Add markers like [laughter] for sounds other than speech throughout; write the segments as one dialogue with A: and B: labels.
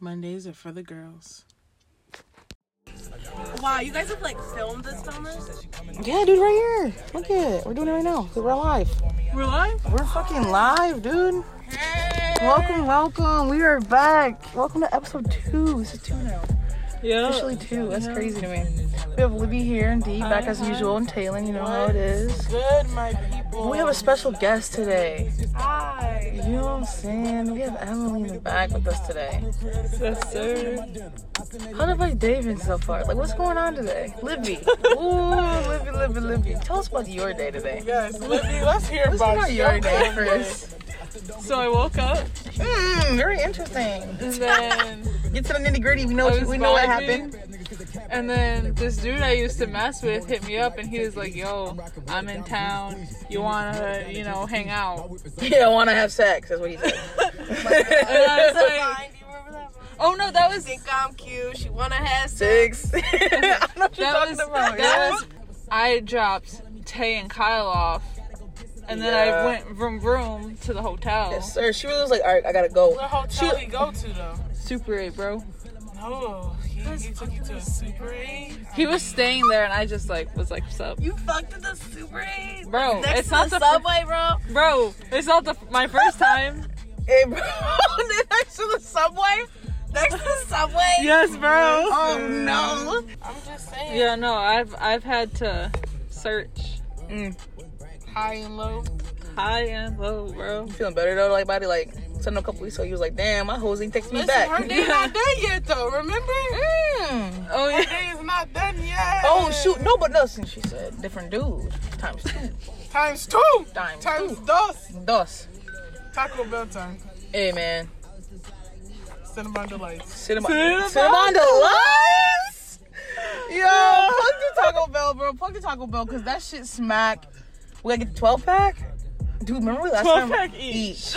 A: Mondays are for the girls.
B: Wow, you guys have like filmed this film this?
C: Yeah, dude, right here. Look at it. We're doing it right now. We're live.
B: We're live?
C: We're fucking live, dude. Welcome, welcome. We are back. Welcome to episode two. This is two now.
B: Yeah.
C: Officially two. That's crazy to me. We have Libby here and Dee back as usual and Taylin. You know how it is.
A: Good, my people.
C: We have a special guest today.
B: Hi.
C: You know what I'm saying? We have Emily in the back with us today.
B: Yes, sir.
C: How have I day been so far? Like, what's going on today? [laughs] Libby. Ooh, Libby, Libby, Libby. Tell us about your day today.
A: Yes, Libby, let's hear
C: Let's talk
A: about,
C: about your day first.
B: So I woke up
C: Hmm, very interesting.
B: and then
C: Get to the nitty gritty. We know
B: I
C: what you-
B: was
C: we know what
B: vibing.
C: happened.
B: and then this dude I used to mess with hit me up and he was like, Yo, I'm in town. You wanna, you know, hang out?
C: You don't want to have sex. That's what he said.
B: And I
C: [laughs]
B: was like,
A: Fine, do you remember that? one?
B: Oh no, that was
A: Think I'm cute. She wanna have sex.
C: Six. [laughs] I know what you're
B: that
C: talking
B: was
C: about.
B: that
C: yeah.
B: was I dropped Tay and Kyle off, and then I
C: Yeah.
B: went vroom vroom to the hotel.
C: Yes, sir. She was like, all right, I gotta go.
A: What hotel we go to though?
B: Super Eight, bro.
A: No, Oh, he, he took you to a Super 8.
B: He was staying there, and I just like was like, "What's up,
A: You fucked at the Super 8?
B: Bro,
A: Next
B: it's
A: to
B: not
A: the,
B: the fir-
A: subway, bro.
B: bro?" It's not the, my first time.
C: [laughs] Hey, bro. [laughs] Next to the subway.
A: Next to the
C: [laughs]
A: subway.
B: yes, bro.
C: Oh no.
A: I'm just saying.
B: Yeah, no, I've I've had to search
A: High and low.
B: high and low, bro.
C: Feeling better though, like body like. Send a couple weeks ago, you was like, damn, my hoes ain't text me
A: Listen, her
C: back.
A: day not done yet though. Remember?
C: Mm.
B: Oh
A: Her
B: yeah.
A: day is not done yet.
C: Oh shoot, no, but listen, she said, different dude. Times two,
A: Times two.
C: times
A: Times
C: two,
A: dos.
C: dos.
A: Taco Bell time.
C: Hey man,
A: Cinnamon delights.
C: Cinnamon,
B: Cinnamon
C: Cinnamon Delights. Yo, fuck the Taco Bell, bro. Fuck the Taco Bell, cause that shit smack. We gotta get the 12 pack. Dude, remember we last
B: 12
C: time?
B: pack each.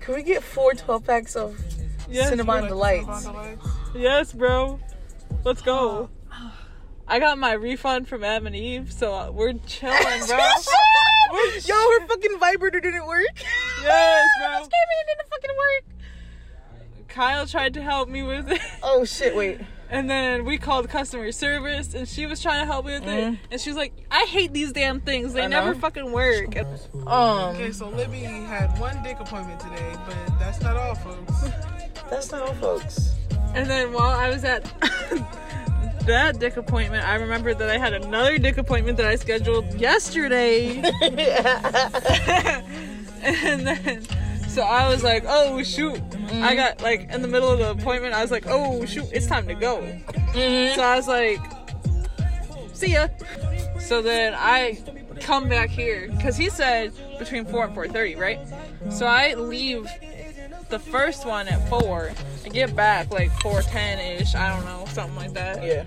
C: Can we get four 12 packs of Cinnamon
B: Yes,
A: Cinnamon
C: Delights?
A: delights.
B: Yes, bro. Let's go.
A: Oh.
B: I got my refund from Adam and Eve, so we're chilling, bro.
C: [laughs] Yo, her fucking vibrator didn't work. [laughs]
B: Yes, bro.
C: This game it didn't fucking work.
B: Kyle tried to help me with it,
C: Oh shit, wait.
B: and then we called customer service, and she was trying to help me with it,
C: Mhm.
B: and she was like, "I hate these damn things. They
C: I
B: never
C: know.
B: fucking work." And-
C: Um,
A: Okay, so Libby had one dick appointment today, but that's not all, folks.
C: that's not all, folks. [laughs]
B: And then while I was at [laughs] that dick appointment, I remembered that I had another dick appointment that I scheduled yesterday. and then so I was like, oh shoot.
C: Mm-hmm.
B: I got like in the middle of the appointment, I was like, oh shoot, it's time to go.
C: Mm-hmm.
B: So I was like, see ya. So then I come back here because he said between four and four thirty, right? So I leave the first one at four. I get back like four ten ish, I don't know, something like that.
C: Yeah.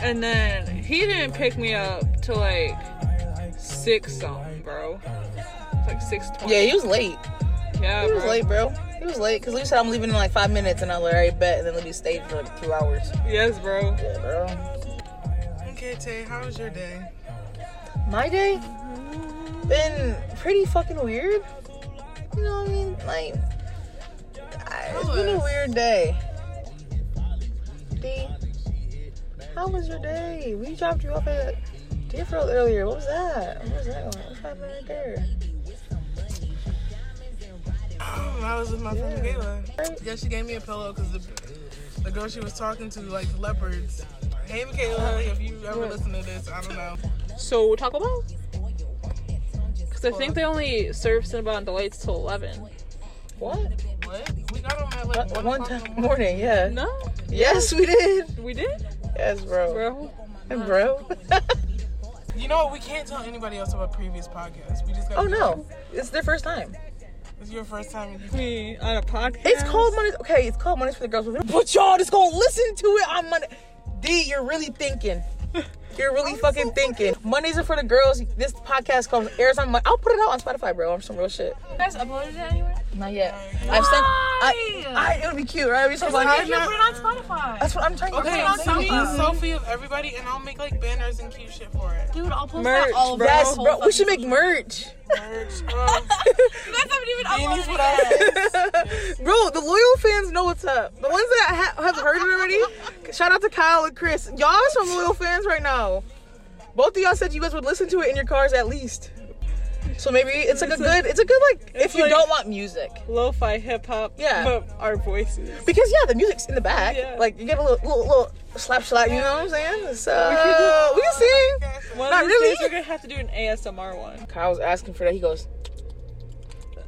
B: And then he didn't pick me up till like six something, bro. It's like six twenty.
C: Yeah, he was late.
B: yeah,
C: He was
B: bro.
C: late, bro. He was late because Libby said I'm leaving in like five minutes, and I was like, alright, bet. And then Libby stayed for like two hours.
B: Yes, bro.
C: Yeah, bro.
A: Okay, Tay, how was your day?
C: My day been pretty fucking weird. You know what I mean? Like, I- it's been a weird day. D, how was your day? We dropped you off at Deerfield earlier. What was that? What was that? What was happening right there?
A: [sighs] I was with my friend
C: Yeah.
A: Michaela. Yeah, she gave me a pillow because the, the girl she was talking to likes leopards. Hey, Michaela, if you ever
B: What?
A: listen to this, I don't know.
B: So Taco Bell? Because I think they only serve Cinnabon Delights till 11.
C: What?
A: What? We got them at like
C: What-
A: one,
C: Uh, One
A: o'clock in the
C: time [laughs]
A: morning.
C: morning, yeah.
B: No?
C: Yes, we did.
B: We did?
C: Yes, bro.
B: Bro.
C: And bro. [laughs]
A: You know what? We can't tell anybody else about previous podcasts. We just got.
C: Oh no, it's their first time.
A: It's your first time. and you-
B: We on a podcast.
C: It's called Mondays. Okay, it's called Mondays for the Girls. But y'all just gonna listen to it on Monday. D, you're really thinking. You're really fucking thinking. Mondays are for the girls. This podcast comes airs on. Mon- I'll put it out on Spotify, bro. I'm some real shit.
D: You guys uploaded it anywhere?
C: Not yet. I've sent. I, I, it would be cute, right? We so
D: Why
C: like,
D: did you put it on Spotify?
C: that's what I'm trying to
A: Okay,
D: on
A: send me a
D: SoundCloud.
A: selfie of everybody, and I'll make like banners and cute shit for
D: [laughs]
A: it.
D: Dude, I'll post
B: Merch,
D: that all over.
B: bro.
D: the
C: Yes,
D: whole
C: bro. We
D: fucking-
C: should make merch.
A: Merch. Um,
D: You guys haven't even
A: Beanies
D: uploaded it
A: without-
D: yet.
C: Bro, the loyal fans know what's up. The ones that ha- have heard it already, shout out to Kyle and Chris. Y'all are some loyal fans right now. Both of y'all said you guys would listen to it in your cars at least. So maybe it's like a good, it's a good like if you
B: like-
C: don't want music,
B: Lo-fi hip hop.
C: Yeah.
B: But our voices.
C: because yeah, the music's in the back.
B: Yeah.
C: Like you get a little, little, little slap slap. You know what I'm saying?
B: [laughs]
C: So we can sing.
B: One
C: Not
B: of these
C: really.
B: days we're gonna have to do an ASMR
C: [laughs]
B: one.
C: Kyle was asking for that. He goes,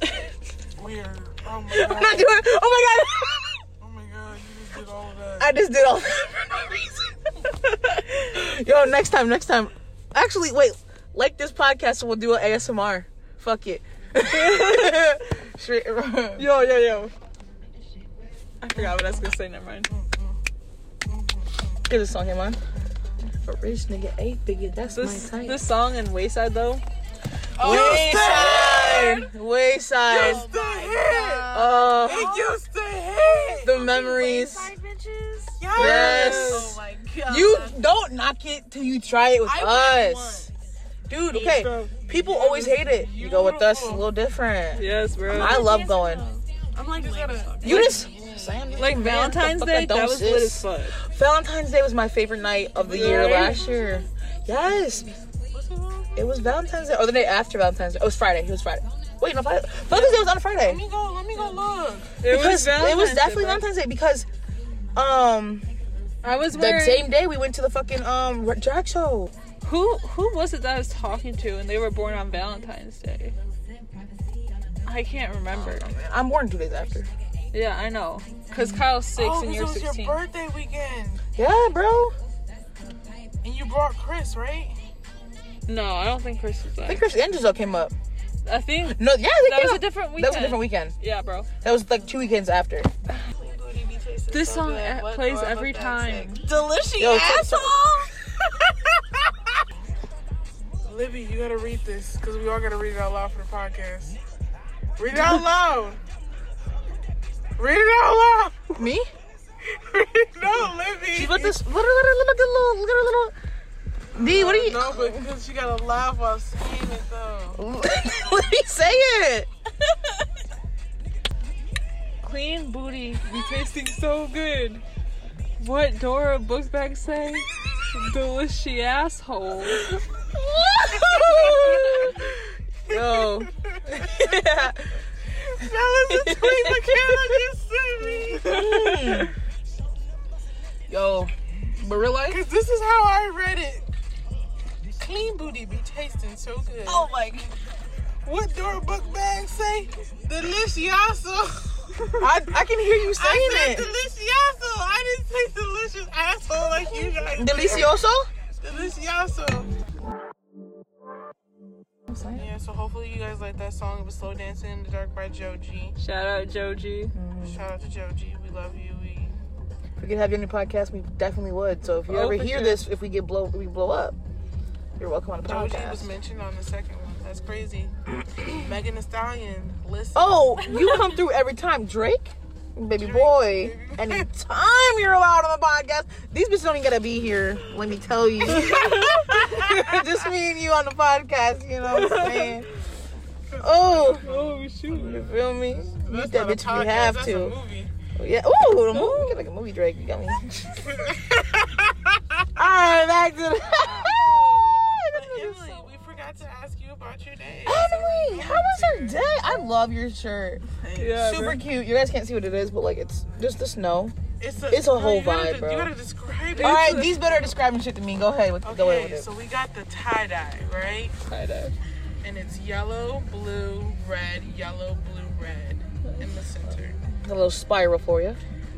C: [laughs]
A: weird. Oh my
C: "I'm
A: god.
C: not doing. Oh [laughs]
A: Oh my god. You just did all of that.
C: my god! I just did all [laughs] that for no reason." [laughs] Yo, next time, next time. Actually, wait. Like this podcast, and we'll do an ASMR. Fuck it. [laughs] Straight- [laughs]
B: Yo, yo, yo. I forgot what I was gonna say. Never mind.
C: Get this song, him on. A rich nigga, eight figure. That's
B: This
C: my type.
B: this song in Wayside though.
A: Oh,
C: Wayside, wayside.
A: Used to hit.
C: Oh,
A: It used to hit.
C: the memories.
D: Side bitches. Oh
C: Yes.
D: my god.
C: You don't knock it till you try it with
D: I went
C: us. Dude, okay. People always hate it. You go with us, it's a little different.
B: Yes, bro.
C: I love going.
D: I'm like, lame as fuck.
C: You just
B: like Valentine's
C: Fuck
B: Day,
C: that
B: that
C: dumb
B: was lit as
C: sis.
B: fuck.
C: Valentine's Day was my favorite night of the year
B: Really?
C: last year. Yes, it was Valentine's Day or the day after Valentine's Day. Oh, It was Friday. It was Friday. Wait, no, Friday. Valentine's Day was on a Friday.
A: Let me go. Let me go look.
B: It
C: Because it was
B: Day,
C: definitely
B: bro.
C: Valentine's Day because um
B: I was
C: the
B: wearing.
C: same day we went to the fucking um drag show.
B: Who who was it that I was talking to and they were born on Valentine's Day? I can't remember.
C: I'm born two days after.
B: Yeah, I know. Cause Kyle's six
A: Oh,
B: and
A: 'cause
B: you're
A: it was
B: sixteen.
A: your birthday weekend,
C: Yeah, bro.
A: and you brought Chris, right?
B: no, I don't think Chris was
C: I
B: there.
C: think Chris Angel came up.
B: I think
C: No, yeah, they
B: that
C: came
B: was
C: up.
B: a different weekend.
C: That was a different weekend.
B: Yeah, bro.
C: That was like two weekends after.
B: This song a- plays every time.
D: Delicious
C: Yo, check-
D: asshole.
A: Libby, you gotta read this because we all gotta read it out loud for the podcast. Read it out loud. Read it out loud. [laughs]
C: [laughs] Me?
A: no, Libby.
C: She put this. Look at her look at her little. Look at her little. D, what are you?
A: No, but because she gotta laugh while saying it
C: [laughs]
A: though.
C: what are you saying?
B: Clean booty be tasting so good. What Dora Bookbag say?
C: [laughs]
B: Delicious asshole.
C: Yo. yeah.
A: That was a tweet that Kayla just sent me.
C: [laughs] Yo. But real life?
A: Because this is how I read it. Clean booty be tasting so good.
D: Oh my god.
A: What door book bag say? [laughs] Delicioso.
C: I, I can hear you saying
A: I said
C: it.
A: delicioso. I didn't say delicious asshole like you guys. did.
C: Delicioso?
A: Delicioso. Yeah, so hopefully you guys like that song. It was Slow Dancing in the Dark by Joji.
B: Shout out Joji.
A: Shout out to Joji. We love you. We
C: If we could have you on the podcast, we definitely would. So if you
B: Oh,
C: ever
B: for
C: hear
B: sure.
C: this, if we get blow, we blow up. You're welcome on the
A: Joji
C: podcast.
A: was mentioned on the second one. That's crazy.
C: [clears throat]
A: Megan Thee Stallion. Listen.
C: Oh, you come through every time, Drake, baby
A: Drake,
C: boy.
A: baby.
C: Anytime you're allowed on the podcast, these bitches don't even gotta be here. Let me tell
A: [laughs]
C: you, just me and you on the podcast. You know what I'm saying? Oh,
B: Oh shoot.
C: you feel me? Meet
A: That's
C: that
A: not a
C: bitch if
A: podcast,
C: you have
A: that's a
C: to. [laughs]
A: movie. [laughs]
C: Yeah. Ooh, the movie. Get like a movie, Drake. You got me. All right, back to the.
A: But Emily, we forgot to ask you about your day.
C: [laughs] Emily, how was your day? I love your shirt.
B: Yeah,
C: Super cute. You guys can't see what it is, but like it's just the snow.
A: It's a,
C: It's a
A: no,
C: whole
A: you gotta
C: vibe,
A: de-
C: bro.
A: You gotta describe it.
C: All right, these better describing shit to me. Go ahead with go
A: Okay,
C: ahead with it.
A: so we got the tie dye, right?
B: Tie-dye.
A: And it's yellow, blue, red, yellow, blue, red in the center.
C: a little spiral for you.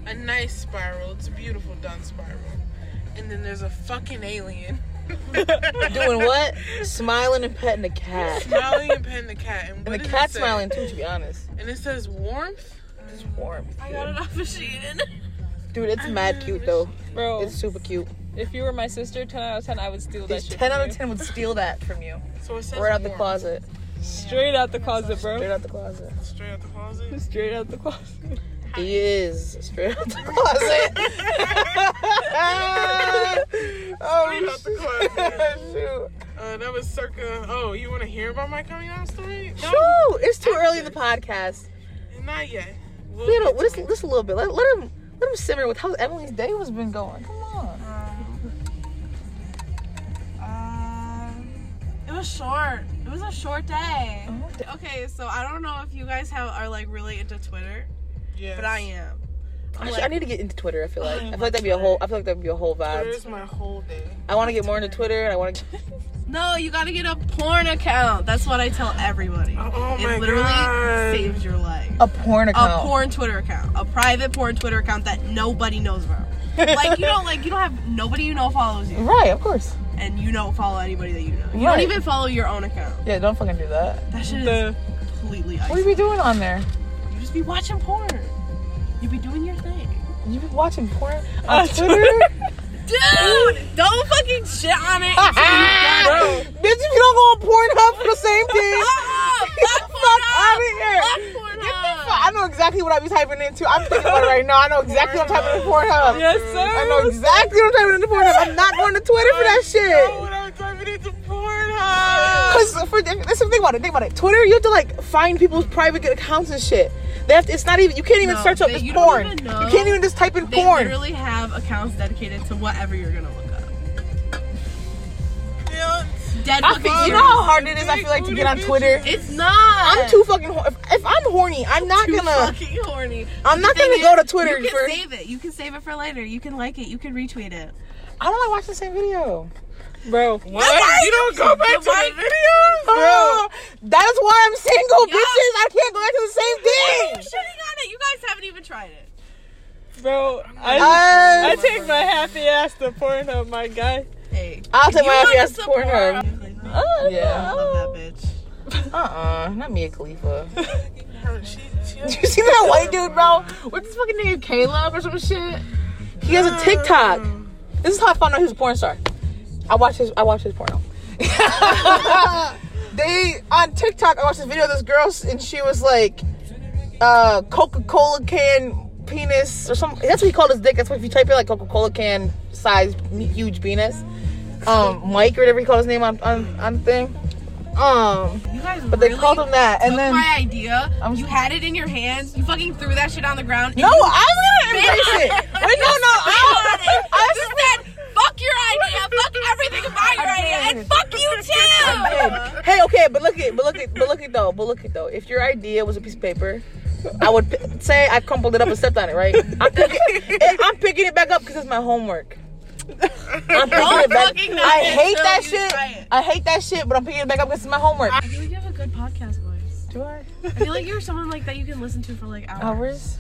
A: A nice spiral. It's a beautiful done spiral. And then there's a fucking alien [laughs]
C: Doing what? smiling and petting the cat.
A: smiling and petting the cat. And,
C: And
A: what
C: the
A: does it
C: cat's
A: say?
C: smiling too, to be honest.
A: And it says warmth.
C: It's warm.
D: I got it off of Shein.
C: Dude, it's mad cute though.
B: Bro,
C: It's super cute.
B: If you were my sister, 10 out of 10, I would steal that
C: These
B: shit.
C: 10
B: from
C: out of
B: you.
C: 10 would steal that from you.
A: So it says
C: Right out the
A: warm.
C: closet.
B: Straight out the closet,
C: Straight
B: bro.
C: out the closet.
A: Straight out the closet.
C: [laughs]
B: Straight out the closet.
C: He is straight out
A: [laughs]
C: the closet.
A: Straight
C: [laughs] oh,
A: out the closet. [laughs]
C: shoot.
A: Uh, that was circa. Oh, you want to hear about my coming out story? No,
C: Shoot. It's too early in the podcast.
A: not yet. We'll
C: You know,
A: get to
C: just,
A: it.
C: just a little bit. Let, let him let him simmer with how Emily's day has been going. Come on.
D: Um, it was short. It was a short day. Okay, so I don't know if you guys have are like really into Twitter,
A: Yes.
D: but I am. I'm
C: Actually, I
D: like-
C: need to get into Twitter. I feel like I feel like that'd be a whole. I feel like that'd be a whole
A: Twitter
C: vibe.
A: is my whole day.
C: I want to get more into Twitter. And I want to.
D: No, you gotta get a porn account. That's what I tell everybody.
A: Oh my
D: it literally
A: God.
D: saved your life.
C: A porn
D: A porn Twitter account, a private porn Twitter account that nobody knows about. like you don't like you don't have nobody you know follows you,
C: Right, of course.
D: and you don't follow anybody that you know. You
C: Right.
D: don't even follow your own account.
C: Yeah, don't fucking do that.
D: That shit is
B: The-
D: completely
C: What do
D: isolated.
C: you be doing on there?
D: You just be watching porn. You be doing your thing.
C: You be watching porn on Twitter?
D: Dude, [laughs] don't fucking shit on it. until you got it.
C: Bitch, if you don't go on Pornhub for the same thing,
D: Uh-uh,
C: get the
D: fuck
C: fuck
D: Pornhub,
C: out of here.
D: fuck
C: Get the
D: Pornhub.
C: fuck. I know exactly what I be typing into. I'm thinking about it right now. I know exactly what I'm typing into Pornhub.
B: Yes, sir.
C: I know exactly what I'm typing into Pornhub. I'm not going to Twitter for that
A: Oh,
C: shit.
A: when I'm typing into Pornhub.
C: [gasps] Cause for that's the thing about it. Think about it. Twitter, you have to like find people's private accounts and shit. They have to, it's not even. You can't even
D: No,
C: search up
D: they-
C: just
D: you don't
C: porn.
D: even know.
C: You can't even just type in
D: They
C: porn.
D: literally have accounts dedicated to whatever you're gonna look up.
A: Yeah.
D: Dead
C: I
D: fucking
C: feel, you know
D: serious.
C: how hard it is. I feel like to get on Twitter.
D: It's not.
C: I'm too fucking. Hor- if, if I'm horny, I'm not
D: Too
C: gonna.
D: fucking horny.
C: I'm not
D: Thing
C: gonna
D: is,
C: go to Twitter
D: You can
C: for.
D: save it. You can save it for later. You can like it. You can retweet it.
C: I don't like watching the same video.
B: Bro.
A: What? You don't go back to
D: Why-
A: the videos?
D: Oh,
C: Bro, that is why I'm single,
D: Ah! Yeah.
C: bitches. I can't go back to the
D: You're
C: same
D: shitting
C: thing.
D: on it. You guys haven't even tried it.
B: Bro, I, I
C: I,
B: take my happy ass to Pornhub, my guy.
D: Hey.
C: I'll take my happy
D: wanna
C: ass to Pornhub.
D: Pornhub. I
C: Yeah.
D: love that bitch.
C: Uh-uh, not Mia Khalifa.
A: Her- She, she
C: [laughs]
A: has
C: you see that white dude, bro? What's his fucking name? Caleb or some shit? He has a TikTok. This is how I found out he was a porn star. I watched his I watched his
D: [laughs]
C: porno. they on TikTok I watched this video of this girl and she was like uh Coca-Cola can penis or something. That's what he called his dick. That's what if you type in like Coca-Cola can size huge penis. Um Mike or whatever he called his name on on, on thing. Um
D: You guys
C: but they
D: really
C: called him that and
D: took
C: then
D: my idea.
C: I'm-
D: you had it in your hands. You fucking threw that shit on the
C: [laughs]
D: ground.
C: No, I'm gonna
D: Spit
C: embrace
D: [laughs]
C: it. Wait, no, no,
D: on
C: I,
D: it.
C: Oh, I,
D: You said, fuck your idea. Fuck everything about your idea. And fuck you too.
C: did. Hey, okay, but look at, but look at, but look at though, but look at though. If your idea was a piece of paper, I would p- say I crumpled it up and stepped on it, right? I'm picking, eh, I'm picking it back up because it's my homework.
D: [laughs]
C: I'm picking
D: Don't
C: it back.
D: fucking knock
C: I
D: it
C: hate
D: till
C: that
D: you
C: shit.
D: try it.
C: I hate that shit, but I'm picking it back up because it's my homework.
D: I feel like you have a good podcast voice.
C: Do I?
D: I feel like you're someone like that you can listen to for like hours.
C: Hours?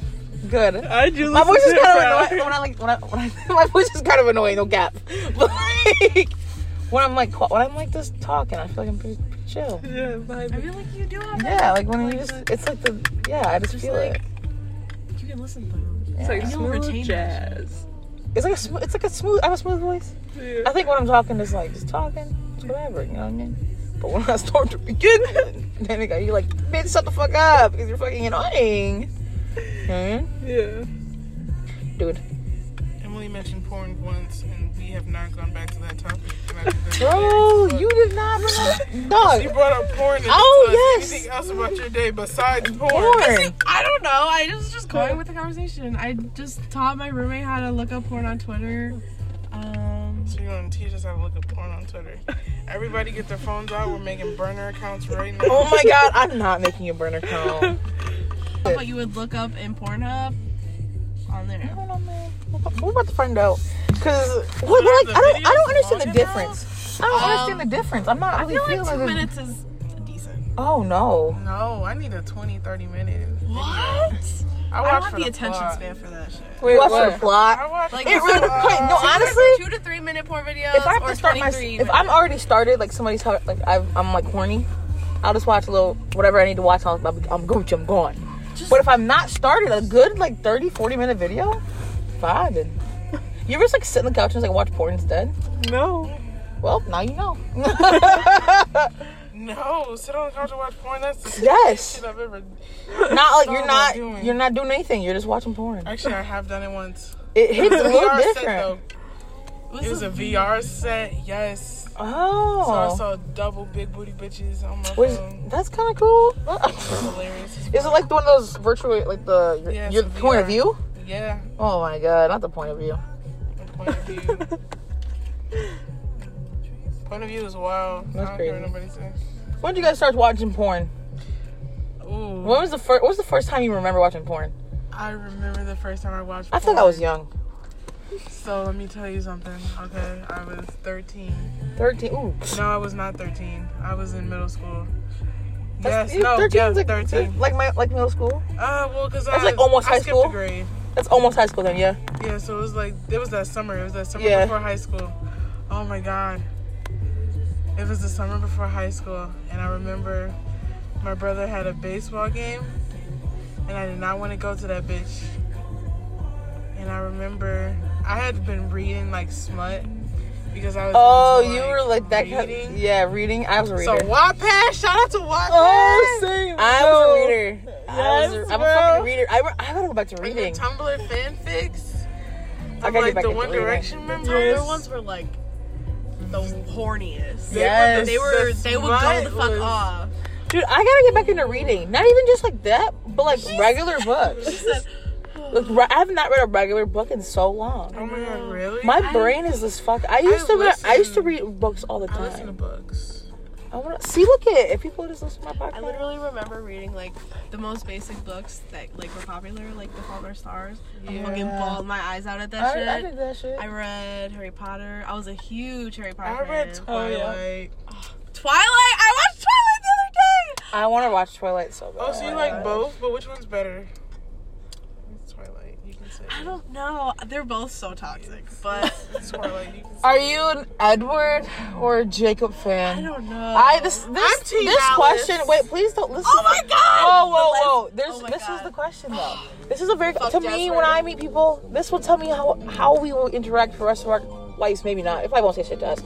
C: Good.
B: I do
C: My
B: listen
C: voice is
B: to
C: kind
B: it, bro.
C: of annoying when I like when I, when I [laughs] my voice is kind of annoying. No gap, but [laughs] like when I'm like when I'm like just talking, I feel like I'm pretty, pretty chill.
B: Yeah, vibe.
D: I feel like you do have that.
C: Yeah, like when you just it's like the yeah I just,
D: Just
C: feel
D: like-
C: it.
D: You can listen to them.
B: It's like
D: You'll retain
B: smooth
D: that
B: jazz.
C: It's like a smooth, it's like a smooth. I have a smooth voice.
B: Yeah.
C: I think when I'm talking, it's like just talking, it's whatever. You know what I mean? But when I start to begin, [laughs] then it got you like bitch, shut the fuck up because you're fucking annoying. Hmm?
B: Yeah.
C: Dude,
A: Emily mentioned porn once, and we have not gone back to that topic. And I think that's
C: bro,
A: hilarious,
C: you did not remember, [laughs] dog.
A: but- You brought up porn. And
C: Oh,
A: didn't tell us
C: yes.
A: Anything else about your day besides porn?
C: Porn.
D: I don't know. I was just going with the conversation. I just taught my roommate how to look up porn on Twitter. Um,
A: So you're gonna teach us how to look at porn on Twitter. Everybody get their phones out. We're making burner accounts right now.
C: Oh my god, I'm not making a burner call.
D: what you would look up in Pornhub on there.
C: I don't know, man. We're about to find out. Cause what, what, like, I don't, I don't understand the difference. I don't
D: Um,
C: understand the difference. I'm not
D: I
C: really
D: feel like
C: feeling
D: two
C: it.
D: minutes is decent.
C: Oh no.
A: No, I need a 20, 30 minute.
D: What?
A: I,
D: I don't
A: watch
D: have
A: for
D: the attention
A: plot.
D: span for that shit.
B: Wait,
C: What's the
B: what?
A: I
C: plot?
A: watch.
D: Like, [laughs]
C: It really,
A: Uh,
C: wait, no,
A: two
C: honestly,
D: two to three minute porn videos.
C: if I have
D: or
C: to start my,
D: 23
C: if I'm already started, like somebody's talk, like I've, I'm like horny, I'll just watch a little whatever I need to watch. I'll, I'm Gucci, I'm gone.
D: Just-
C: But if I'm not started, a good like 30, 40 minute video, vibing. You ever just like sit on the couch and just like watch porn instead?
B: No.
C: Well, now you know.
A: No, sit on the couch and watch porn. That's the
C: yes.
A: shit I've ever.
C: [laughs] Not like you're
A: all
C: not
A: I'm doing.
C: you're not doing anything. You're just watching porn.
A: Actually, I have done it once.
C: It
A: [laughs]
C: hits a little
A: VR set
C: different.
A: though. It was a VR set. Yes. So I
C: Oh.
A: saw double big booty bitches on my
C: Which-
A: phone.
C: that's kind of cool.
A: Hilarious. as
C: Is it like the one of those virtual, like the your,
A: Yeah, it's
C: your
A: a
C: point of
A: VR.
C: view?
A: fuck. Yeah.
C: Oh my god, not the point of view.
A: Point of
C: [laughs]
A: view. Point of view is wild.
C: That's
A: I don't care what
C: crazy.
A: nobody says.
C: When did you guys start watching porn?
A: Ooh.
C: When was the first? What was the first time you remember watching porn?
A: I remember the first time I watched.
C: I think I
A: porn.
C: was young,
A: So let me tell you something. Okay, I was 13.
C: thirteen. Ooh,
A: No, I was not 13. I was in middle school.
C: That's-
A: yes, no,
C: 13
A: yeah,
C: is like,
A: 13.
C: Like my like middle school.
A: Uh, well, cause
C: That's
A: I
C: like almost
A: I
C: high
A: skipped
C: school.
A: A grade.
C: That's almost high school then, yeah.
A: Yeah, so it was like it was that summer. It was that summer
C: Yeah.
A: before high school. Oh my god. It was the summer before high school, and I remember my brother had a baseball game, and I did not want to go to that bitch. And I remember I had been reading like smut because I was.
C: Oh,
A: into,
C: you were like that. Kind
A: reading.
C: yeah, reading. I was a reader.
A: So Wattpad, shout out to Wattpad.
B: Oh, same.
C: I was a reader. I was
A: Yes,
C: a, I'm a
A: bro.
C: fucking reader. I, re- I gotta go back to
A: Like your
C: reading.
A: Tumblr fanfics.
C: I
A: Of,
C: gotta
A: like
C: get back
A: the
C: into
A: One
C: reading.
A: Direction members.
D: Their ones were like the horniest.
C: Yes.
D: They were. They would go the
A: Smut
D: fuck
A: was-
D: off.
C: Dude, I gotta get back into reading. Not even just like that, but like regular books. like, re- I have not read a regular book in so long.
A: Oh my god, really?
C: Mm-hmm. My
D: I-
C: brain is this fuck. I used to read, I used to
A: listen-
C: read books all the
A: I listen to
C: time.
A: books.
C: I, wanna see. Look at it. If people just listen to my
D: I
C: podcast,
D: literally remember reading like the most basic books that like were popular, like The Fault in Our Stars. I fucking
C: Yeah.
D: bawled my eyes out at
C: I,
D: that shit.
C: I did that shit.
D: I read Harry Potter. I was a huge Harry Potter
A: I read
D: fan.
B: Oh, yeah.
A: Twilight.
D: Twilight. I watched Twilight the other day.
C: I want to watch Twilight so bad.
A: Oh, so you like both, but which one's better? It's Twilight. You can say.
D: I don't know. They're both so toxic,
C: [laughs]
D: but
A: It's Twilight. You can say.
C: Are you an Edward or a Jacob fan?
D: I don't know.
C: I this this
A: Team
C: this
A: Alice.
C: question. Wait, please don't listen.
D: Oh my God!
C: Whoa, whoa,
D: The les-
C: whoa! There's
D: Oh my
C: this is
D: God.
C: the question though. This is a very to me
D: Jasper.
C: when I meet people. This will tell me how how we will interact for the rest of our lives. Maybe not. If I won't say shit to us,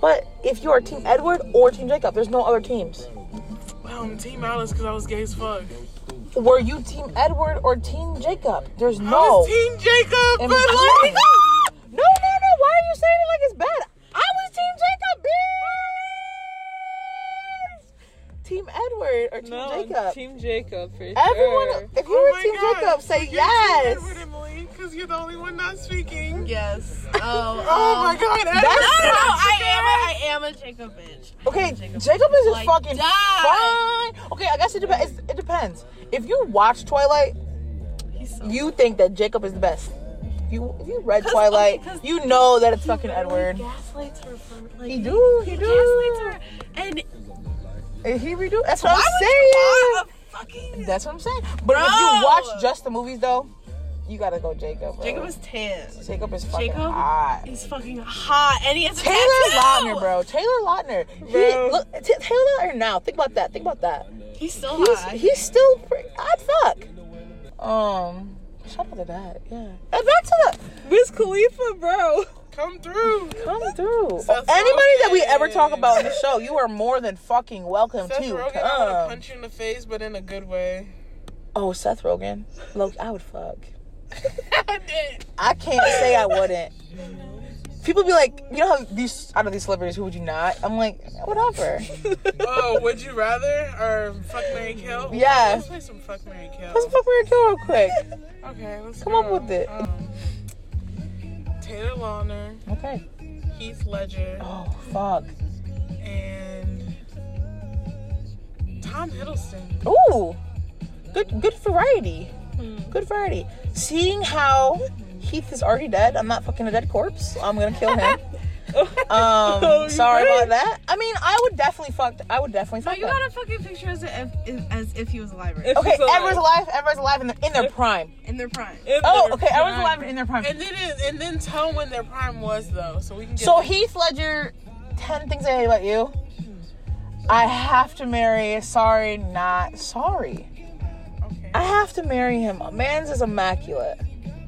C: but if you are Team Edward or Team Jacob, there's no other teams.
A: Um, Team Alice, because I was gay as fuck.
C: Were you Team Edward or Team Jacob? There's
A: I
C: no.
A: was Team Jacob,
C: And-
A: but like. [laughs] oh
C: no, no, no! Why are you saying it like it's bad? I was Team Jacob, bitch. Team Edward or Team
B: No,
C: Jacob?
B: Team Jacob for
C: Everyone,
B: sure.
C: if you
A: Oh
C: were
A: my
C: Team
A: God.
C: Jacob, say
A: You're
C: yes.
A: Team Edward, Emily, because you're the only one not speaking.
C: [laughs]
D: yes. Oh,
A: Oh
D: um,
A: my god, Edward.
D: No, no, no,
C: That's-
D: I am. A, I am a Jacob bitch.
C: okay,
D: Jacob.
C: Jacob, is just
D: Like,
C: fucking
D: die.
C: fine. Okay, I guess it depends. It depends. If you watch Twilight,
D: He's so.
C: you think that Jacob is the best. If you if you read
D: 'Cause-
C: Twilight,
D: okay, 'cause
C: you know that it's
D: he
C: fucking
D: literally
C: Edward.
D: Gaslights her for like.
C: He do, he do.
D: gaslights her, and
C: And he redo. That's what
D: why
C: I'm
D: would you
C: saying.
D: want a fucking?
C: That's what I'm saying. But if
D: Bro.
C: you watch just the movies though, you gotta go Jacob. bro.
D: Jacob is tan.
C: Jacob is fucking
D: Jacob
C: hot.
D: is fucking hot, and he has a
C: Taylor
D: tattoo.
C: Lautner, bro. Taylor Lautner. He,
A: Bro.
C: look, T- Taylor Lautner now. Think about that. Think about that.
D: He's still
C: He's,
D: hot.
C: he's still pretty. I'd fuck. Um, shout out to that. Yeah. And back to that.
B: Wiz Khalifa, [laughs] bro.
A: Come through.
C: Come through. Oh,
A: Seth
C: Anybody that we
A: Rogen.
C: ever talk about on the show, you are more than fucking welcome
A: Seth
C: to
A: Rogen, I want to
C: come.
A: punch you in the face, but in a good way.
C: Oh, Seth Rogen. Look, I would [laughs] fuck.
A: I did.
C: I can't say I wouldn't. People be like, you know how these out of these celebrities, who would you not? I'm like, whatever.
A: Oh, would you rather or fuck Mary Kill?
C: Yeah.
A: Let's play some fuck Mary Kill.
C: Let's fuck Mary Kill real quick.
A: Okay, let's
C: Come up
A: go.
C: with it.
A: Um, Taylor Lautner,
C: Okay.
A: Heath Ledger,
C: Oh fuck.
A: and Tom Hiddleston.
C: Ooh, good good variety. Good variety. Seeing how Heath is already dead, I'm not fucking a dead corpse. I'm gonna kill him. um,
B: Oh, you
C: sorry
B: right.
C: about that. I mean, I would definitely fuck. I would definitely
D: No,
C: fuck.
D: you
C: them.
D: gotta fucking picture as if, if as if he was alive right
B: If-
D: now.
C: Okay,
B: She's alive.
C: Ever's alive. Ever's alive in their, in their prime.
D: in their prime.
C: Oh, okay. Ever's alive in their prime.
A: And then it, and then tell when their prime was though, so we can get.
C: So Heath Ledger, ten things I hate about you. I have to marry. Sorry, not sorry.
A: okay.
C: I have to marry him. A man's is immaculate.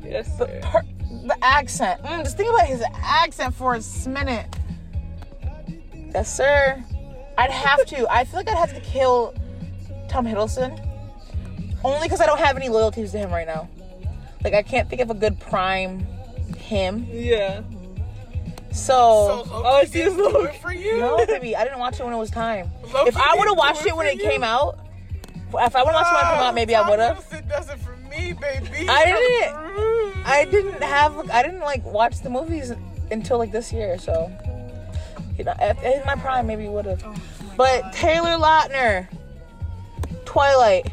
B: Yes,
C: But
B: sir.
C: per- The accent. Mm, just think about his accent for a s- minute. Yes, sir. I'd have to. I feel like I'd have to kill Tom Hiddleston. Only because I don't have any loyalties to him right now. Like, I can't think of a good prime him.
B: Yeah.
C: So.
B: Oh, I see his look.
A: Good for you.
C: no, baby. I didn't watch it when it was time.
A: Loki
C: If I would have
A: didn't
C: watched
A: do
C: it when
A: for
C: it
A: you.
C: came out, if I would have watched it when it came out, maybe I
A: Tom
C: would have.
A: Hiddleston does it for me, baby.
C: I didn't. I didn't have. I didn't like watch the movies until like this year. So, you know, if, in my prime, maybe would
A: Oh,
C: have. but Taylor Lautner, Twilight,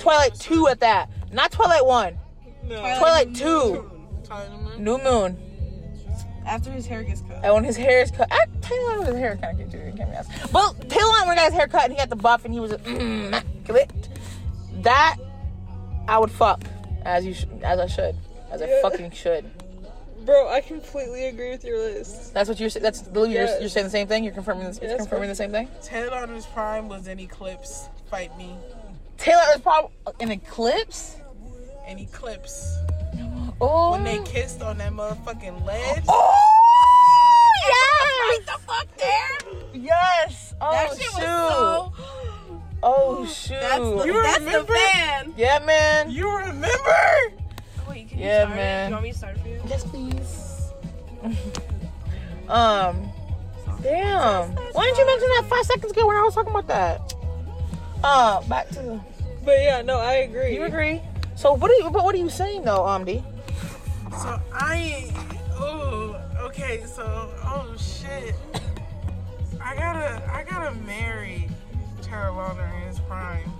C: Twilight two at that, not Twilight one,
A: No.
C: Twilight two,
A: Tyler.
C: New Moon.
D: After his hair gets cut.
C: And when his hair is cut, I, Taylor Lautner's hair kind of cute too. You can't be honest. Well, Taylor Lautner got his hair cut and he got the buff and he was immaculate. That I would fuck as you sh- as I should as I
B: Yeah.
C: fucking should.
B: Bro, I completely agree with your list.
C: That's what you're saying. That's the- you're,
B: Yes.
C: you're saying the same thing. You're confirming this. It's
B: Yes,
C: confirming the same thing.
A: Taylor on his prime was in Eclipse. Fight me.
C: Taylor was probably an eclipse.
A: And Eclipse.
C: Oh.
A: When they kissed on that motherfucking ledge.
C: oh yes.
D: the fuck there?
C: Yes. Oh
D: That shit
C: shoot.
D: was so.
C: oh shoot.
D: That's the,
A: You
D: that's
A: remember?
D: the fan.
C: yeah, man.
A: You remember?
D: Wait, can
C: Yeah,
D: you start
C: man.
D: It? You want me to start
C: [laughs]
D: for you?
C: yes, please. [laughs] um. Damn. Why didn't you mention that five seconds ago when I was talking about that? Uh, back to the.
B: But yeah, no, I agree.
C: You agree? So what are you? But what are you saying though, um, Amdi?
A: So I, oh, okay. So oh shit, I gotta, I gotta marry Taylor Lautner in his prime.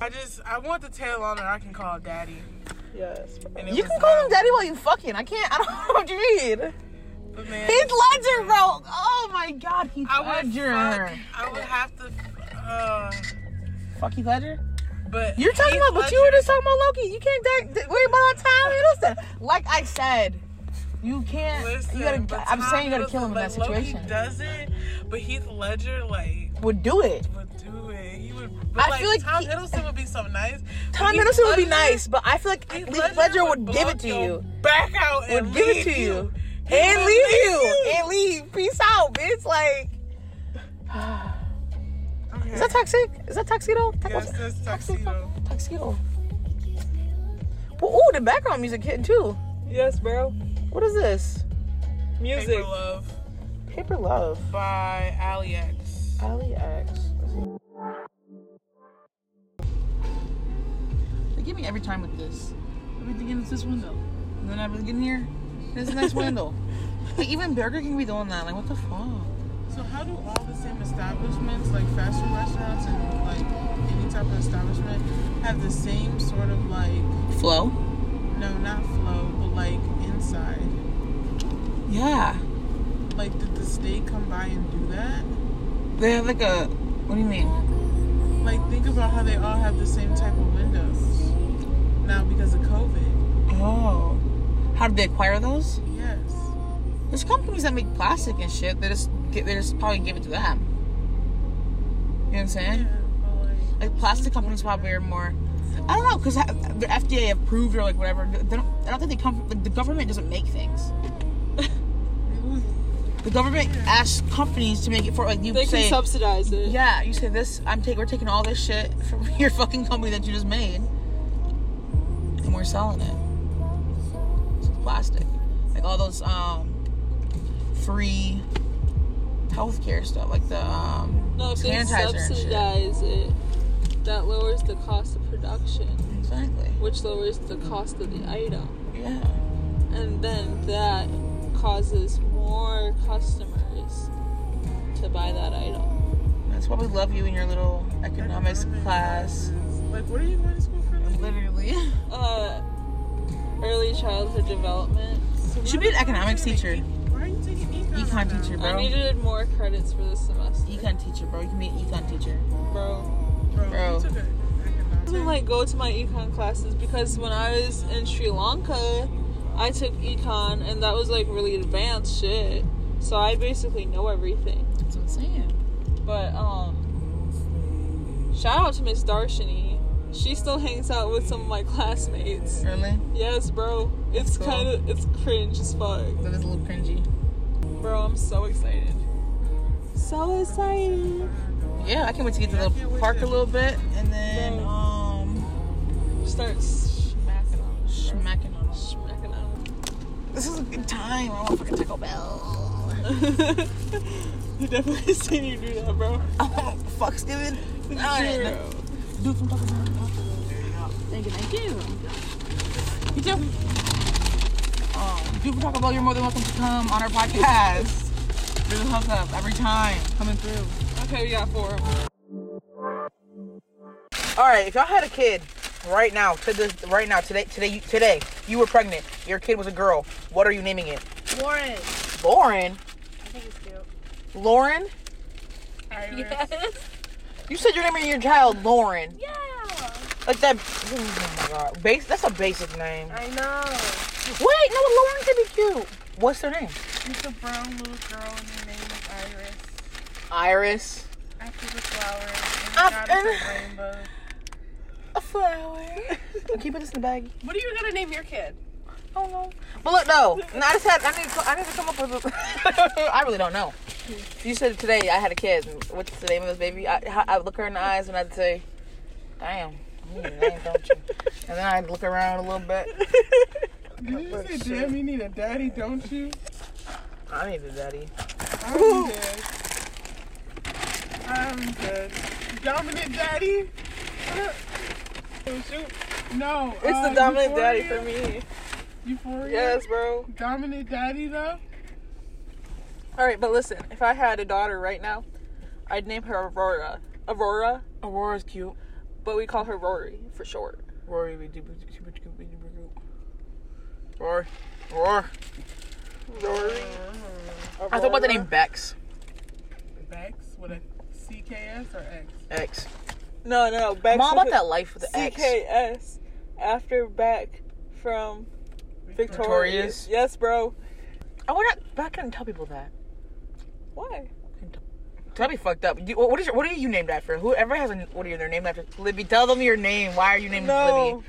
A: I just, I want the Taylor Lautner I can call daddy.
B: Yes. bro.
A: And it
C: You
A: was
C: can call him
A: not-
C: daddy while you fucking. I can't. I don't [laughs] know what you mean.
A: but man,
C: Heath Ledger, bro. Oh my God, Heath
A: I would,
C: Ledger.
A: fuck, I would have to, uh,
C: Fuck. Heath Ledger.
A: but
C: You're talking
A: Heath
C: about, but you were
A: Ledger-
C: just talking about Loki. You can't da- da- worry about Tom Hiddleston. Like I said, you can't.
A: Listen,
C: you gotta.
A: but
C: I'm saying you
A: Tom
C: gotta kill him in that
A: Hiddleston, like,
C: situation.
A: Loki does it, but Heath Ledger like
C: Would do it.
A: would do it. He would. But,
C: I
A: like,
C: feel like
A: Tom
C: he-
A: Hiddleston would be so nice. but
C: Tom
A: Heath
C: Hiddleston would be
A: Ledger-
C: nice, but I feel like
A: Heath
C: Heath Ledger would give
A: blow
C: it to
A: your
C: you
A: Back out and
C: Would give it
A: leave
C: to you.
A: He
C: and
A: would
C: leave you and leave. Peace out, bitch. Like,
A: Okay.
C: is that toxic? Is that tuxedo?
A: yes, that's tuxedo.
C: Tuxedo. Well, ooh, the background music hitting too.
B: Yes, bro.
C: What is this?
B: Music.
A: Paper Love
C: Paper Love.
A: by Ally X.
C: Alley X. They give me every time with this. I've been thinking it's this window. And then I've been getting here. This [laughs] next window. Like, even Burger King be doing that. Like, what the fuck?
A: So how do all the same establishments, like fast food restaurants and like any type of establishment, have the same sort of like
C: Flow?
A: no, not flow, but like inside?
C: Yeah.
A: Like did the state come by and do that?
C: They have like a. What do you mean?
A: Like think about how they all have the same type of windows now because of COVID.
C: Oh. How did they acquire those?
A: Yes.
C: There's companies that make plastic and shit. They just get. They just probably give it to them. You know what I'm saying?
A: Yeah, but like
C: like plastic companies probably are more. I don't know because the FDA approved or like whatever. They don't, I don't think they come. From, like the government doesn't make
B: [laughs]
C: things. the government asks companies to make it for like you
B: They can
C: say.
B: subsidize it.
C: yeah, you say this. I'm taking. We're taking all this shit from [laughs] your fucking company that you just made, and we're selling it. It's plastic, like all those um free healthcare stuff, like the um
B: No, if they
C: sanitizer and shit.
B: subsidize it, that lowers the cost of production,
C: Exactly.
B: which lowers the cost of the item.
C: Yeah.
B: And then that causes more customers to buy that item.
C: That's why we love you in your little economics class.
A: Like, what are you going to school for? Like,
C: Literally.
B: Uh, early childhood development.
A: so
C: Should
A: why-
C: be an
A: why are you
C: economics
A: taking
C: teacher.
A: e- Why are you taking econ?
C: Econ
A: now?
C: teacher,
B: I
C: bro.
B: needed more credits for this semester,
C: Econ teacher, bro. You can be an econ teacher.
B: bro.
A: Bro,
C: Bro.
A: You took an
B: I didn't
A: economics.
B: like go to my econ classes because when I was in Sri Lanka, I took econ and that was like really advanced shit. So I basically know everything.
C: That's what I'm saying.
B: But um shout out to Miss Darshini she still hangs out with some of my classmates.
C: Really?
B: Yes, bro. It's
C: cool.
B: kind of it's cringe as fuck,
C: That is a little cringy.
B: bro. I'm so excited. So excited.
C: Yeah, I can't wait to get to the park a little bit and then um
B: Start smacking on,
C: smacking on.
B: smacking on.
C: This is a good time. I want fucking Taco Bell. [laughs]
B: I definitely [laughs] seen [laughs] you do that, bro.
C: I want fuck Steven. Alright.
B: Bro.
C: Do some Taco Bell.
E: Thank you, thank you.
C: You too. Um, do some Taco Bell. You're more than welcome to come on our podcast. There's a hug up every time coming through.
B: Okay, we got four.
C: All right, if y'all had a kid right now, to this, right now, today, today, you, today, you were pregnant. Your kid was a girl. What are you naming it?
D: Lauren.
C: Lauren.
D: I think it's cute.
C: Lauren.
E: Yes.
C: You said you're naming your child Lauren.
D: Yeah.
C: Like that. Oh my god. Base. That's a basic name.
D: I know.
C: Wait, no, Lauren could be cute. What's her name?
D: It's a brown little girl and her name is Iris.
C: Iris.
D: After the flowers
C: Up
D: and the goddess of
C: and-
D: rainbow.
C: A flower. [laughs] Keep it in the bag.
D: What are you gonna name your kid?
C: I don't know. But look, no. no I just had. I need. To, I need to come up with. A, [laughs] I really don't know. You said today I had a kid. and What's the name of this baby? I, I I look her in the eyes and I'd say, "Damn, you need a name, don't you?" And then I'd look around a little bit.
A: Did you just say, damn, you need a daddy, don't [laughs] you?
C: I need a daddy.
A: I'm dead. I'm dead. Dominant daddy? Uh, oh, shoot. No. uh,
B: It's the dominant daddy for me.
A: Euphoria?
B: Yes, bro.
A: Dominant daddy, though?
B: All right, but listen, if I had a daughter right now, I'd name her Aurora. Aurora,
C: Aurora's cute.
B: but we call her Rory for short.
C: Rory, we do. we do- we do- we do- we do. Rory. Rory.
B: Rory.
C: I thought about the name Bex.
A: Bex with a CKS or X?
C: X.
B: No, no, back.
C: Mom, about that life with the X.
B: CKS after back from Victorious.
C: Victorious.
B: Yes, bro.
C: I would not. But I couldn't tell people that.
B: Why?
C: That'd be fucked up. You, what is your, what are you named after? Whoever has a what are you they're named after? Libby, tell them your name. Why are you named
B: No.
C: Libby?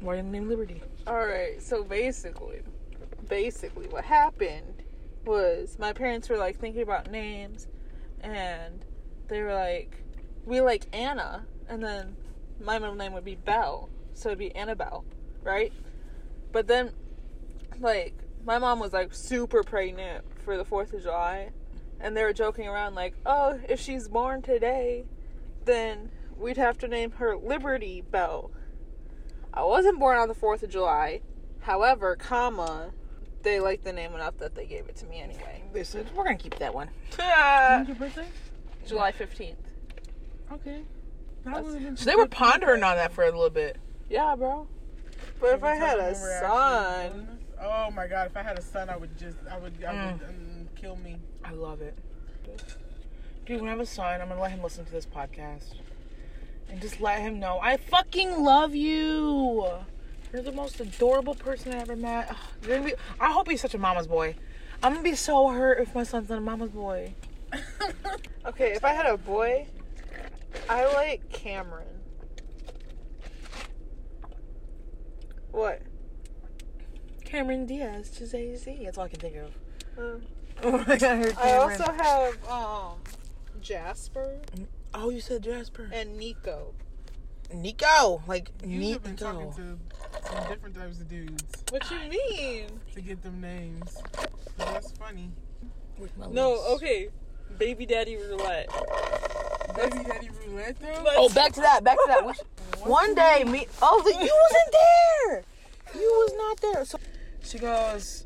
C: Why are you named Liberty?
B: All right. So basically, basically, what happened was my parents were like thinking about names, and they were like, we like Anna, and then my middle name would be Belle, so it'd be Annabelle, right? But then, like, my mom was like super pregnant for the Fourth of July, and they were joking around like, oh, if she's born today, then we'd have to name her Liberty Belle. I wasn't born on the 4th of July. However, comma, they liked the name enough that they gave it to me anyway.
C: They said we're gonna keep that one.
B: [laughs]
A: your birthday?
B: July 15th.
A: Okay. That would have been
C: So they were pondering on that for a little bit.
B: Yeah, bro. But if I had a son,
A: Oh my god, if I had a son, I would just, I would, I would
C: Mm.
A: um, kill me.
C: I love it. Dude, when I have a son, I'm gonna let him listen to this podcast. And just let him know I fucking love you. You're the most adorable person I ever met. Ugh, You're gonna be I hope he's such a mama's boy. I'm gonna be so hurt if my son's not a mama's [laughs] boy.
B: okay, if I had a boy, I like Cameron. What?
C: Cameron Diaz to Jay Z. That's all I can think of.
B: Um,
C: [laughs] Oh my god, her
B: I
C: Cameron.
B: also have um Jasper
C: Oh, you said Jasper.
B: and Nico.
C: Nico, like
A: You have been talking
C: Nico.
A: to some different types of dudes
B: What you mean?
A: to get them names. That's funny.
B: No, okay. Baby daddy roulette.
A: Baby daddy roulette though?
C: Oh, back to that. Back to that. We [laughs] should- One day, me. Oh, the, you wasn't there. You was not there. So she goes,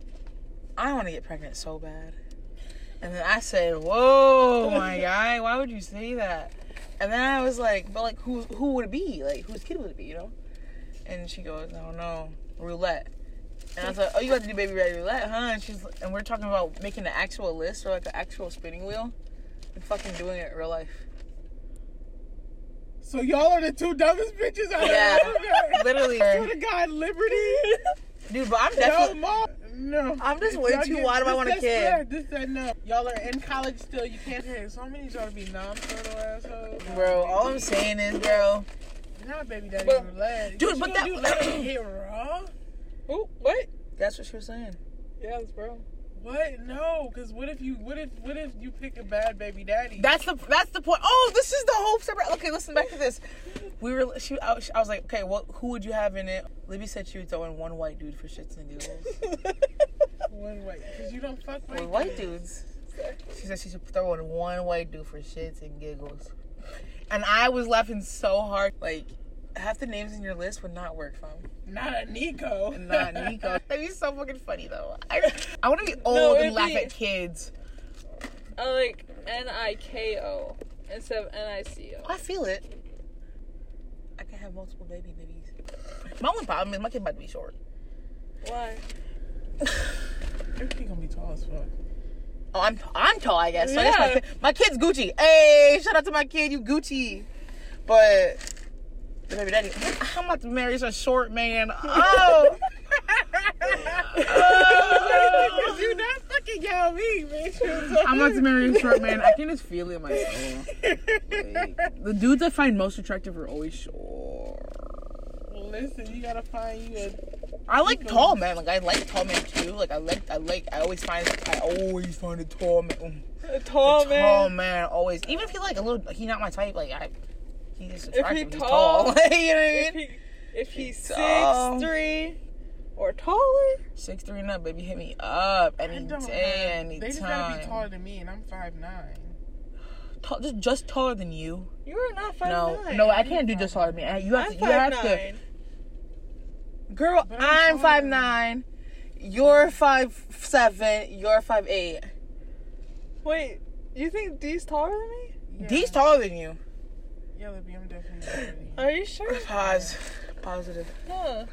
C: I want to get pregnant so bad. And then I said, Whoa, [laughs] my guy, why would you say that? And then I was like, But like, who who would it be? Like, whose kid would it be? You know? And she goes, I don't know, roulette. And I was like, Oh, you got to do baby red roulette, huh? And she's and we're talking about making an actual list or like an actual spinning wheel and fucking doing it in real life. [laughs]
A: So y'all are the two dumbest bitches I
C: Yeah,
A: ever met.
C: literally.
A: Swear to God,
C: [laughs]
A: Liberty.
C: Dude, but I'm
A: No,
C: definitely.
A: mom. No.
C: I'm just
A: If
C: way
A: y'all
C: too
A: get-
C: wide if I
A: this,
C: want a
A: that,
C: kid.
A: that, This, that, no. Y'all are in college still. You can't hear. So many of y'all be non-fertile assholes.
C: Bro, all I'm saying is, bro,
A: Not baby daddy
C: But-
A: roulette.
C: Dude,
A: You
C: but
A: gonna
C: that-
A: do
C: [clears throat]
A: let it hit raw?
B: Oh, what?
C: That's what she was saying.
B: Yes, bro.
A: What? No, because what if you what if what if you pick a bad baby daddy?
C: That's the that's the point. Oh, this is the whole separate. Okay, listen back to this. We were she I, was- I was like, okay, what who would you have in it? Libby said she would throw in one white dude for shits and
B: [laughs]
C: giggles.
B: Oh
A: one way because you don't fuck
C: Or
A: with
C: white dudes. She said she should throw in one white dude for shits and giggles. And I was laughing so hard. Like half the names in your list would not work, fam.
A: not a Nico.
B: [laughs]
C: Not Nico. That'd be so fucking funny though. I, I want to be old
B: it'd
C: and laugh
B: be-
C: at kids.
B: I like N I K O instead of N I C O.
C: I feel it. I can have multiple baby babies. My only problem is my kid might be short.
B: Why?
A: Everything gonna be tall as fuck.
C: Oh, I'm I'm tall, I guess. So that's
B: Yeah.
C: my, ki- my kid's Gucci. Hey, shout out to my kid, you Gucci. But the baby daddy, I'm about to marry a short [laughs] man. Oh, [laughs]
A: Cause you not fucking yell me, bitch.
C: Oh. I'm about to marry a short man. I can just feel it in my soul. [laughs] Like, the dudes I find most attractive are always short.
A: Listen, you gotta find you a
C: I like tall men. Like I like tall men too. Like I like I like I always find I always find a tall man. mm,
B: [laughs] A tall
C: a tall
B: man.
C: man always. Even if he like a little, he not my type. Like I, he just
B: he
C: attractive. he's
B: tall,
C: tall. [laughs] you know what I
B: If,
C: mean?
B: he, if he's six
C: tall.
B: three or taller.
C: Six three and up, baby, hit me up
A: I
C: any
A: don't
C: day,
A: know.
C: any
A: They just gotta be
C: time.
A: taller than me, and I'm five nine.
C: Tall, just, just taller than you.
B: You are not five
C: no,
B: nine.
C: no, I can't do just taller than me. I- You have
B: I'm
C: to. You
B: five
C: have
B: nine.
C: to. Girl,
A: But I'm
C: I'm
A: taller.
C: five nine. You're five seven. You're five eight.
B: Wait, you think D's taller than me?
A: Yeah.
C: D's taller than you.
A: Yeah, Libby, I'm
C: [laughs]
A: definitely taller than you.
B: Are you sure?
C: Pause. Positive.
B: Huh.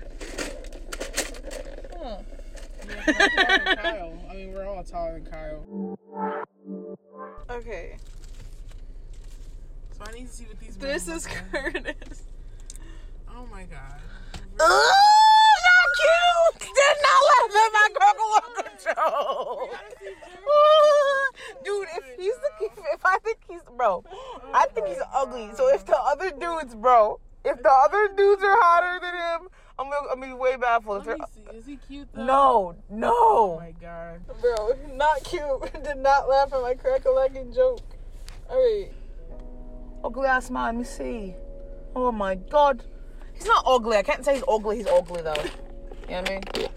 B: Huh.
A: Yeah, I'm taller than Kyle. I mean, we're all taller than Kyle.
B: Okay.
A: So I need to see what these.
B: This
A: men
B: is
A: look like.
B: Curtis. [laughs]
A: Oh my god.
C: Ooh, not cute. Did not laugh at my crocodile joke. Ooh, Dude, if he's the if I think he's bro, I think he's ugly. So if the other dudes, bro, if the other dudes are hotter than him, I'm gonna, I'm gonna be way baffled. If
A: Let me
C: they're-
A: see. Is he cute though? Oh
C: no, no.
A: my god.
B: Bro, not cute. [laughs] Did not laugh at my crack a lacking joke. Alright.
C: Ugly ass man. Let me see. Oh my god, he's not ugly. I can't say he's ugly. He's ugly though. You know what I mean?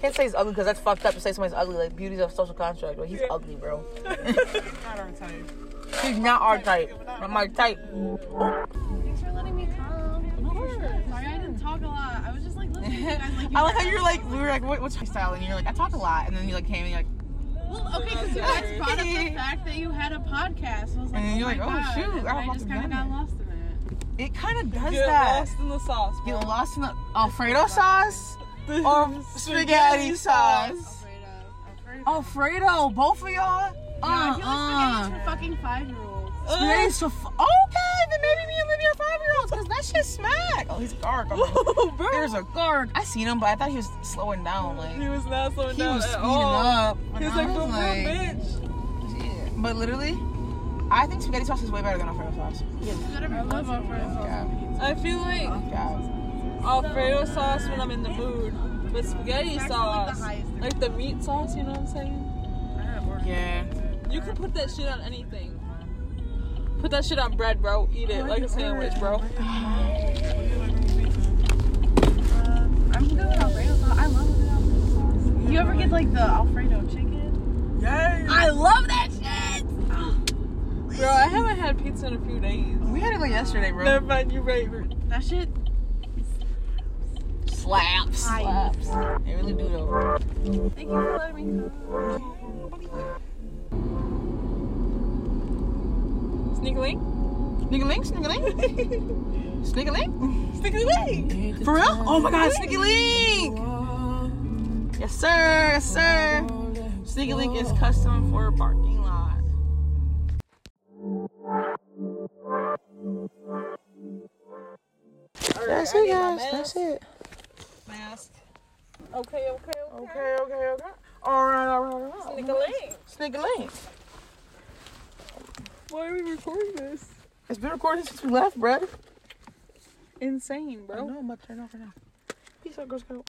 C: Can't say he's ugly because that's fucked up to say somebody's ugly. Like beauty's a social contract, but he's ugly, bro.
A: [laughs] Not our type.
C: He's not our type. Not my type.
D: Thanks for letting me come. Sorry I didn't talk a lot. I was just like listening to you guys. Like, you
C: I like how
D: were-
C: you're like, we were like, what, what's your style? And you're like, I talk a lot. And then you like came and you're like,
D: Well, okay, because you guys brought up the fact that you had a podcast. I was like,
C: And
D: oh
C: you're
D: my
C: like, oh,
D: God.
C: shoot,
D: And
C: I
D: I
C: wasn't
D: just kind
C: done
D: of
C: yet.
D: got lost in it.
C: it kind of does
B: Get
C: that.
B: lost in the sauce, bro.
C: Get lost in the Alfredo sauce
B: [laughs]
C: or um, spaghetti sauce.
D: Straight up.
C: Alfredo, both of y'all.
D: Yeah, I
C: Uh,
D: feel like spaghetti's for fucking five year olds.
C: uh. Spaghetti's so f- okay, then maybe me and Libby are five year olds because that shit smack. Oh, he's a [laughs] garg. I'm like,
B: bro.
C: There's a garg. I seen him, but I thought he was slowing down. Like
B: He was not slowing
C: he
B: down
C: was
B: at
C: speeding
B: all.
C: up.
B: He
C: and
B: was
C: I
B: like,
C: was
B: "Bro, bro, bitch.
C: Yeah. But literally, I think spaghetti sauce is way better than Alfredo sauce.
A: I love our friends.
C: God,
B: I feel like
C: God.
B: Alfredo sauce when I'm in the mood, but spaghetti
D: That's
B: sauce,
D: Like the highest.
B: like the meat sauce. You know what I'm saying?
C: Yeah.
B: You can put that shit on anything. Put that shit on bread, bro. Eat it like a sandwich, bro.
D: I'm good with Alfredo sauce. I love a good Alfredo sauce. Do you ever get like the Alfredo chicken?
A: Yes.
D: I love that shit!
B: Bro, I haven't had pizza in a few days.
C: We had it like yesterday, bro.
B: Never mind, you're right.
D: That shit
C: Slaps.
D: slaps.
C: They really do though.
D: Thank you for letting me come.
B: Sneak a link?
C: Sneaky link, sneaky
B: [laughs]
C: link. sneaky link. Sneaky link. For real? Oh my god, sneaky link. Yes, sir. Yes, sir. Sneaky link is custom for a parking lot. That's it, guys. That's it.
B: Mask. Okay, okay, okay.
C: Okay, okay, okay. All right, all right, all right.
B: Sneak a link.
C: Sneaky link.
B: Why are we recording this?
C: It's been recording since we left, bruh.
F: insane, bro.
G: No, I'm about to turn over now.
B: Peace out, Girl Scout.